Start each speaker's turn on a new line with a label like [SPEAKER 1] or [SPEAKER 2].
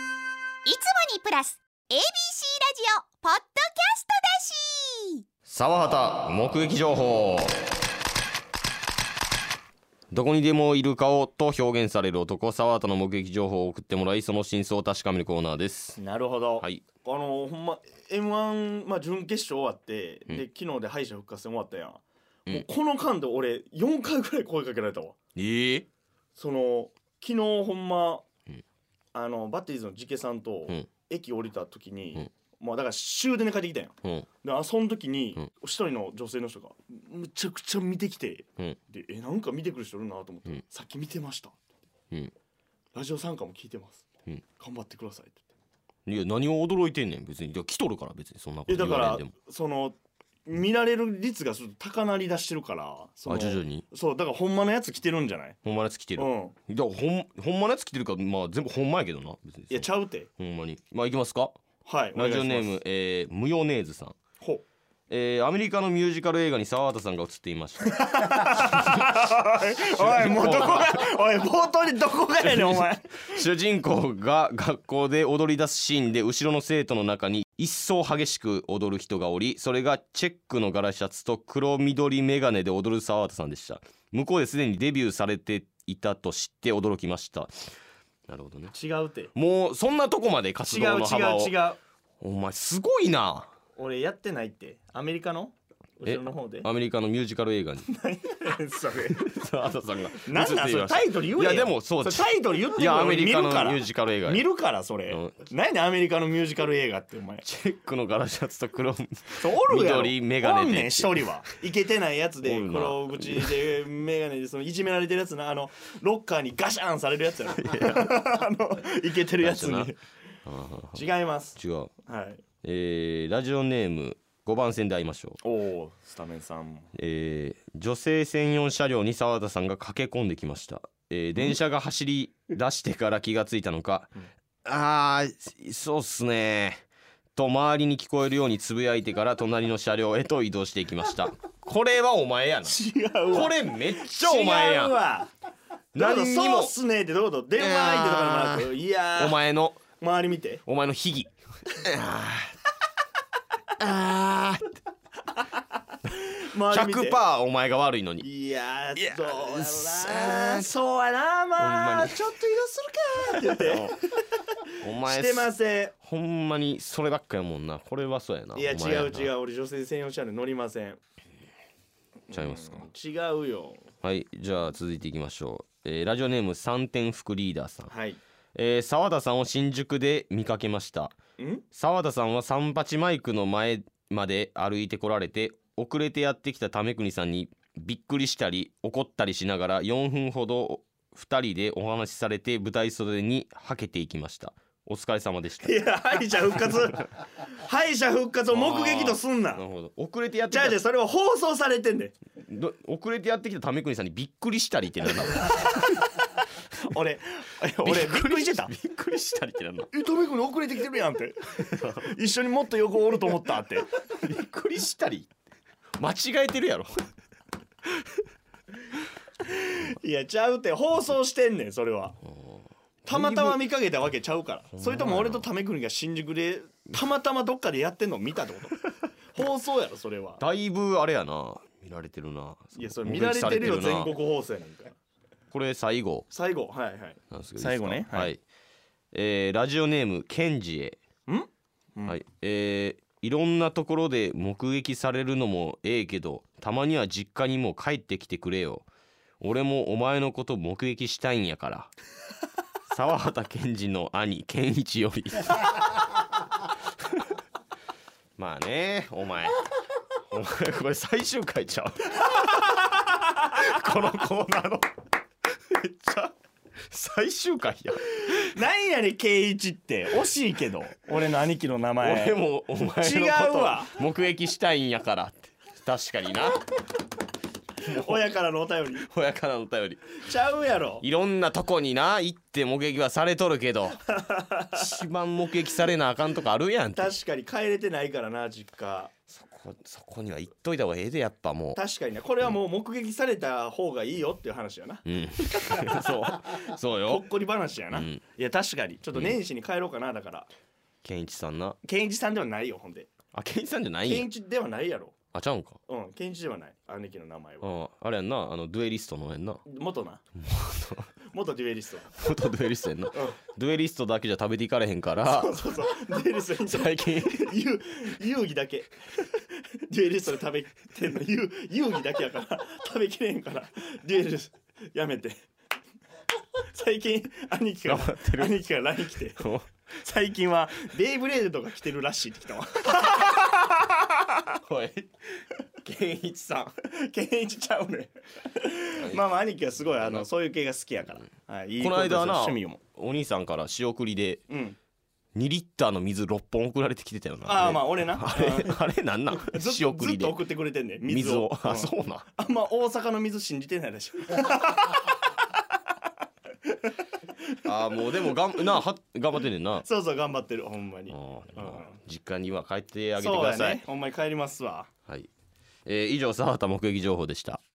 [SPEAKER 1] いつもにプラス ABC ラジオポッドキャストだし
[SPEAKER 2] 沢畑目撃情報どこにでもいる顔と表現される男沢畑の目撃情報を送ってもらいその真相を確かめるコーナーです
[SPEAKER 3] なるほど、
[SPEAKER 2] はい
[SPEAKER 3] あのほんま m 1、まあ、準決勝終わって、
[SPEAKER 2] うん
[SPEAKER 3] で昨日で敗者復活戦終わったやん、
[SPEAKER 2] うん
[SPEAKER 3] もうこの間で俺4回ぐらい声かけられたわ
[SPEAKER 2] ええ
[SPEAKER 3] その昨日ほんま、
[SPEAKER 2] うん
[SPEAKER 3] あのバッテリーズのジケさんと
[SPEAKER 2] うん
[SPEAKER 3] 駅降りた時に、
[SPEAKER 2] うん
[SPEAKER 3] まあだから終電で帰ってきたやん
[SPEAKER 2] うん
[SPEAKER 3] であその時に
[SPEAKER 2] うん
[SPEAKER 3] 一人の女性の人がむちゃくちゃ見てきて、
[SPEAKER 2] うん
[SPEAKER 3] でえなんか見てくる人いるなと思って、
[SPEAKER 2] うん
[SPEAKER 3] さっき見てました、
[SPEAKER 2] うん
[SPEAKER 3] ラジオ参加も聞いてます、
[SPEAKER 2] うん
[SPEAKER 3] 頑張ってくださいって
[SPEAKER 2] いや何を驚いてんねん別にいや来とるから別にそんなこと
[SPEAKER 3] えだ
[SPEAKER 2] 言わ
[SPEAKER 3] か
[SPEAKER 2] れん
[SPEAKER 3] ら
[SPEAKER 2] でも
[SPEAKER 3] その見られる率がちょっと高鳴り出してるからその
[SPEAKER 2] あ徐々に
[SPEAKER 3] そうだからほんまのやつ来てるんじゃない
[SPEAKER 2] ほんまのやつ来てる
[SPEAKER 3] う
[SPEAKER 2] い
[SPEAKER 3] ん
[SPEAKER 2] やほんほんまのやつ来てるからまあ全部ほんまやけどな別に
[SPEAKER 3] いやちゃうて
[SPEAKER 2] ほんまにまあいきますか
[SPEAKER 3] はい
[SPEAKER 2] ラジオネー
[SPEAKER 3] お願いしま
[SPEAKER 2] ム
[SPEAKER 3] す
[SPEAKER 2] えームヨネーズさん
[SPEAKER 3] ほ
[SPEAKER 2] えーアメリカのミュージカル映画に沢畑さんが映っていました
[SPEAKER 3] おいもうどこがおい冒頭にどこが やねんお前
[SPEAKER 2] 主人公が学校で踊り出すシーンで後ろの生徒の中に一層激しく踊る人がおりそれがチェックの柄シャツと黒緑眼鏡で踊る沢畑さんでした向こうですでにデビューされていたと知って驚きましたなるほどね
[SPEAKER 3] 違うて
[SPEAKER 2] もうそんなとこまで活
[SPEAKER 3] 違
[SPEAKER 2] 動
[SPEAKER 3] う
[SPEAKER 2] の幅を
[SPEAKER 3] 違う違う
[SPEAKER 2] お前すごいな
[SPEAKER 3] 俺やってないってアメリカの後
[SPEAKER 2] え
[SPEAKER 3] ろの方で
[SPEAKER 2] アメリカのミュージカル映画に
[SPEAKER 3] それ
[SPEAKER 2] 沢畑さんが映っていま
[SPEAKER 3] なんなんそれ
[SPEAKER 2] した
[SPEAKER 3] タイトル言えよ
[SPEAKER 2] いやでもそう
[SPEAKER 3] れタイトル言って
[SPEAKER 2] い
[SPEAKER 3] い
[SPEAKER 2] やアメリカの
[SPEAKER 3] 見るから
[SPEAKER 2] ミュージカル映画
[SPEAKER 3] 見るからそれ
[SPEAKER 2] うん
[SPEAKER 3] 何でアメリカのミュージカル映画ってお前
[SPEAKER 2] チェックの柄シャツと黒
[SPEAKER 3] そうおるやろ
[SPEAKER 2] 緑眼鏡で
[SPEAKER 3] おんねん一人はイケてないやつで
[SPEAKER 2] おるな
[SPEAKER 3] 黒口で眼鏡でそのいじめられてるやつなあのロッカーにガシャンされるやつやろ あのイケてるやつ
[SPEAKER 2] ガシ
[SPEAKER 3] に違います
[SPEAKER 2] 違う
[SPEAKER 3] はい
[SPEAKER 2] えーラジオネーム5番線で会いましょう、
[SPEAKER 3] おおスタメンさんも
[SPEAKER 2] えー女性専用車両に澤田さんが駆け込んできました、えー電車が走り出してから気がついたのか、あーそうっすねと周りに聞こえるようにつぶやいてから隣の車両へと移動していきましたこれはお前やな
[SPEAKER 3] 違うわ
[SPEAKER 2] これめっちゃお前や
[SPEAKER 3] 違うんわだから
[SPEAKER 2] 何に
[SPEAKER 3] そう
[SPEAKER 2] も
[SPEAKER 3] っすねってどういうこと電話相手とかでもなくいやー
[SPEAKER 2] お前の
[SPEAKER 3] 周り見て
[SPEAKER 2] お前の秘技あーあー
[SPEAKER 3] 周り見て
[SPEAKER 2] 100%お前が悪いのに
[SPEAKER 3] いや
[SPEAKER 2] いや
[SPEAKER 3] ーどうやろ
[SPEAKER 2] さ
[SPEAKER 3] な
[SPEAKER 2] あ
[SPEAKER 3] そうやな
[SPEAKER 2] ほん
[SPEAKER 3] ま
[SPEAKER 2] ま
[SPEAKER 3] あ
[SPEAKER 2] に
[SPEAKER 3] ちょっと移動するかって言って
[SPEAKER 2] お前
[SPEAKER 3] してません
[SPEAKER 2] ほんまにそればっかやもんなこれはそうやない
[SPEAKER 3] いや違う違
[SPEAKER 2] う
[SPEAKER 3] う俺女性専用車両乗りません
[SPEAKER 2] ちゃいますか
[SPEAKER 3] 違うよ
[SPEAKER 2] はいじゃあ続いていきましょう、えーラジオネーム三点副リーダーさん、
[SPEAKER 3] はいん
[SPEAKER 2] えー、沢田さんを新宿で見かけました沢田さんは三八マイクの前まで歩いてこられて遅れてやってきた為国さんにびっくりしたり怒ったりしながら4分ほど2人でお話しされて舞台袖にはけていきましたお疲れ様でした
[SPEAKER 3] いや敗者復活敗者復活を目撃とすんな
[SPEAKER 2] なるほど遅れてやって
[SPEAKER 3] じ
[SPEAKER 2] き
[SPEAKER 3] ゃ
[SPEAKER 2] た
[SPEAKER 3] あじゃあそれは放送されてんで
[SPEAKER 2] ど遅れてやってきた為国さんにびっくりしたりってなんだ
[SPEAKER 3] 俺え俺びっくりしてた
[SPEAKER 2] びっくりしたりってなんだ
[SPEAKER 3] えトメ君遅れてきてるやんって 一緒にもっと横おると思ったって
[SPEAKER 2] びっくりしたり間違えてるやろ
[SPEAKER 3] いやちゃうって放送してんねんそれはたまたま見かけたわけちゃうからそれとも俺と為国が新宿でたまたまどっかでやってんの見たってこと放送やろそれは
[SPEAKER 2] だいぶあれやな見られてるないい
[SPEAKER 3] やそれ見られてるよ全国放送やなんか
[SPEAKER 2] これ最後
[SPEAKER 3] 最後はい はい
[SPEAKER 2] なんですけど
[SPEAKER 3] 最後ね
[SPEAKER 2] いいですか
[SPEAKER 3] は
[SPEAKER 2] はいい、えーラジオネームケンジへ
[SPEAKER 3] ん
[SPEAKER 2] はいえーいろんなところで目撃されるのもええけどたまには実家にも帰ってきてくれよ俺もお前のこと目撃したいんやから 沢畑健二の兄健一 よりまあねお前お前これ最終回ちゃ うこのコーナーのめっちゃ最終回や
[SPEAKER 3] なんやねん圭一って惜しいけど俺の兄貴の名
[SPEAKER 2] 俺
[SPEAKER 3] 前
[SPEAKER 2] もお前のこ
[SPEAKER 3] 違う
[SPEAKER 2] とを
[SPEAKER 3] わ
[SPEAKER 2] 目撃したいんやからって確かにな
[SPEAKER 3] 親からのお便り
[SPEAKER 2] 親からの便り
[SPEAKER 3] ちゃうやろ
[SPEAKER 2] いろんなとこにな行って目撃はされとるけど一番目撃されなあかんとこあるやんって
[SPEAKER 3] 確かに帰れてないからな実家
[SPEAKER 2] そここそこには行っといた方がええでやっぱも
[SPEAKER 3] 確かにねこれはもう目撃された方がいいよっていう話やな
[SPEAKER 2] う、うん、 そうそう
[SPEAKER 3] ほ
[SPEAKER 2] よ
[SPEAKER 3] っこり話やな、
[SPEAKER 2] うん
[SPEAKER 3] いや確かにちょっと年始に帰ろうかなだから
[SPEAKER 2] 健一さんな
[SPEAKER 3] 健一さんではないよほんで
[SPEAKER 2] あ健一さんじゃないんや
[SPEAKER 3] 健一ではないやろ
[SPEAKER 2] あちゃうんか
[SPEAKER 3] うん健一ではない兄貴の名前は
[SPEAKER 2] ああれやんなあのデュエリストのやんな
[SPEAKER 3] 元な元デュエリス
[SPEAKER 2] 元デュエリストやんな
[SPEAKER 3] ト、うん、
[SPEAKER 2] デュエリストだけじゃ食べていかれへんから
[SPEAKER 3] そうそうデュエリストに
[SPEAKER 2] 最近
[SPEAKER 3] 遊遊戯だけデュエリストで食べてんの遊遊戯だけやから食べきれへんからデュエルやめて最近兄貴が兄貴が LINE 来て
[SPEAKER 2] こ
[SPEAKER 3] 最近はベイブレードが来てるらしいって来たわ
[SPEAKER 2] うおい
[SPEAKER 3] 健一さん健一ちゃうねまあまあ兄貴はすごいあのそういう系が好きやから、はい、いい
[SPEAKER 2] この間はな
[SPEAKER 3] ことですよ趣味も
[SPEAKER 2] お兄さんから仕送りで
[SPEAKER 3] うん
[SPEAKER 2] 2リッターの水6本送られてきてたよな
[SPEAKER 3] ああ
[SPEAKER 2] れ
[SPEAKER 3] まあ俺な
[SPEAKER 2] あれあれなんなん
[SPEAKER 3] ず
[SPEAKER 2] 仕送
[SPEAKER 3] ずっ
[SPEAKER 2] りで
[SPEAKER 3] と送ってくれてんね
[SPEAKER 2] 水を
[SPEAKER 3] うん
[SPEAKER 2] あそうなん
[SPEAKER 3] あんま大阪の水信じてないでしょ
[SPEAKER 2] あーもうでもがんなは頑張ってんねんな
[SPEAKER 3] そうそう頑張ってるほんまに
[SPEAKER 2] あー
[SPEAKER 3] うん
[SPEAKER 2] 実家には帰ってあげてくだ
[SPEAKER 3] そう
[SPEAKER 2] さ
[SPEAKER 3] や
[SPEAKER 2] い、
[SPEAKER 3] ねほんまに帰りますわ
[SPEAKER 2] はい、えー以上澤田目撃情報でした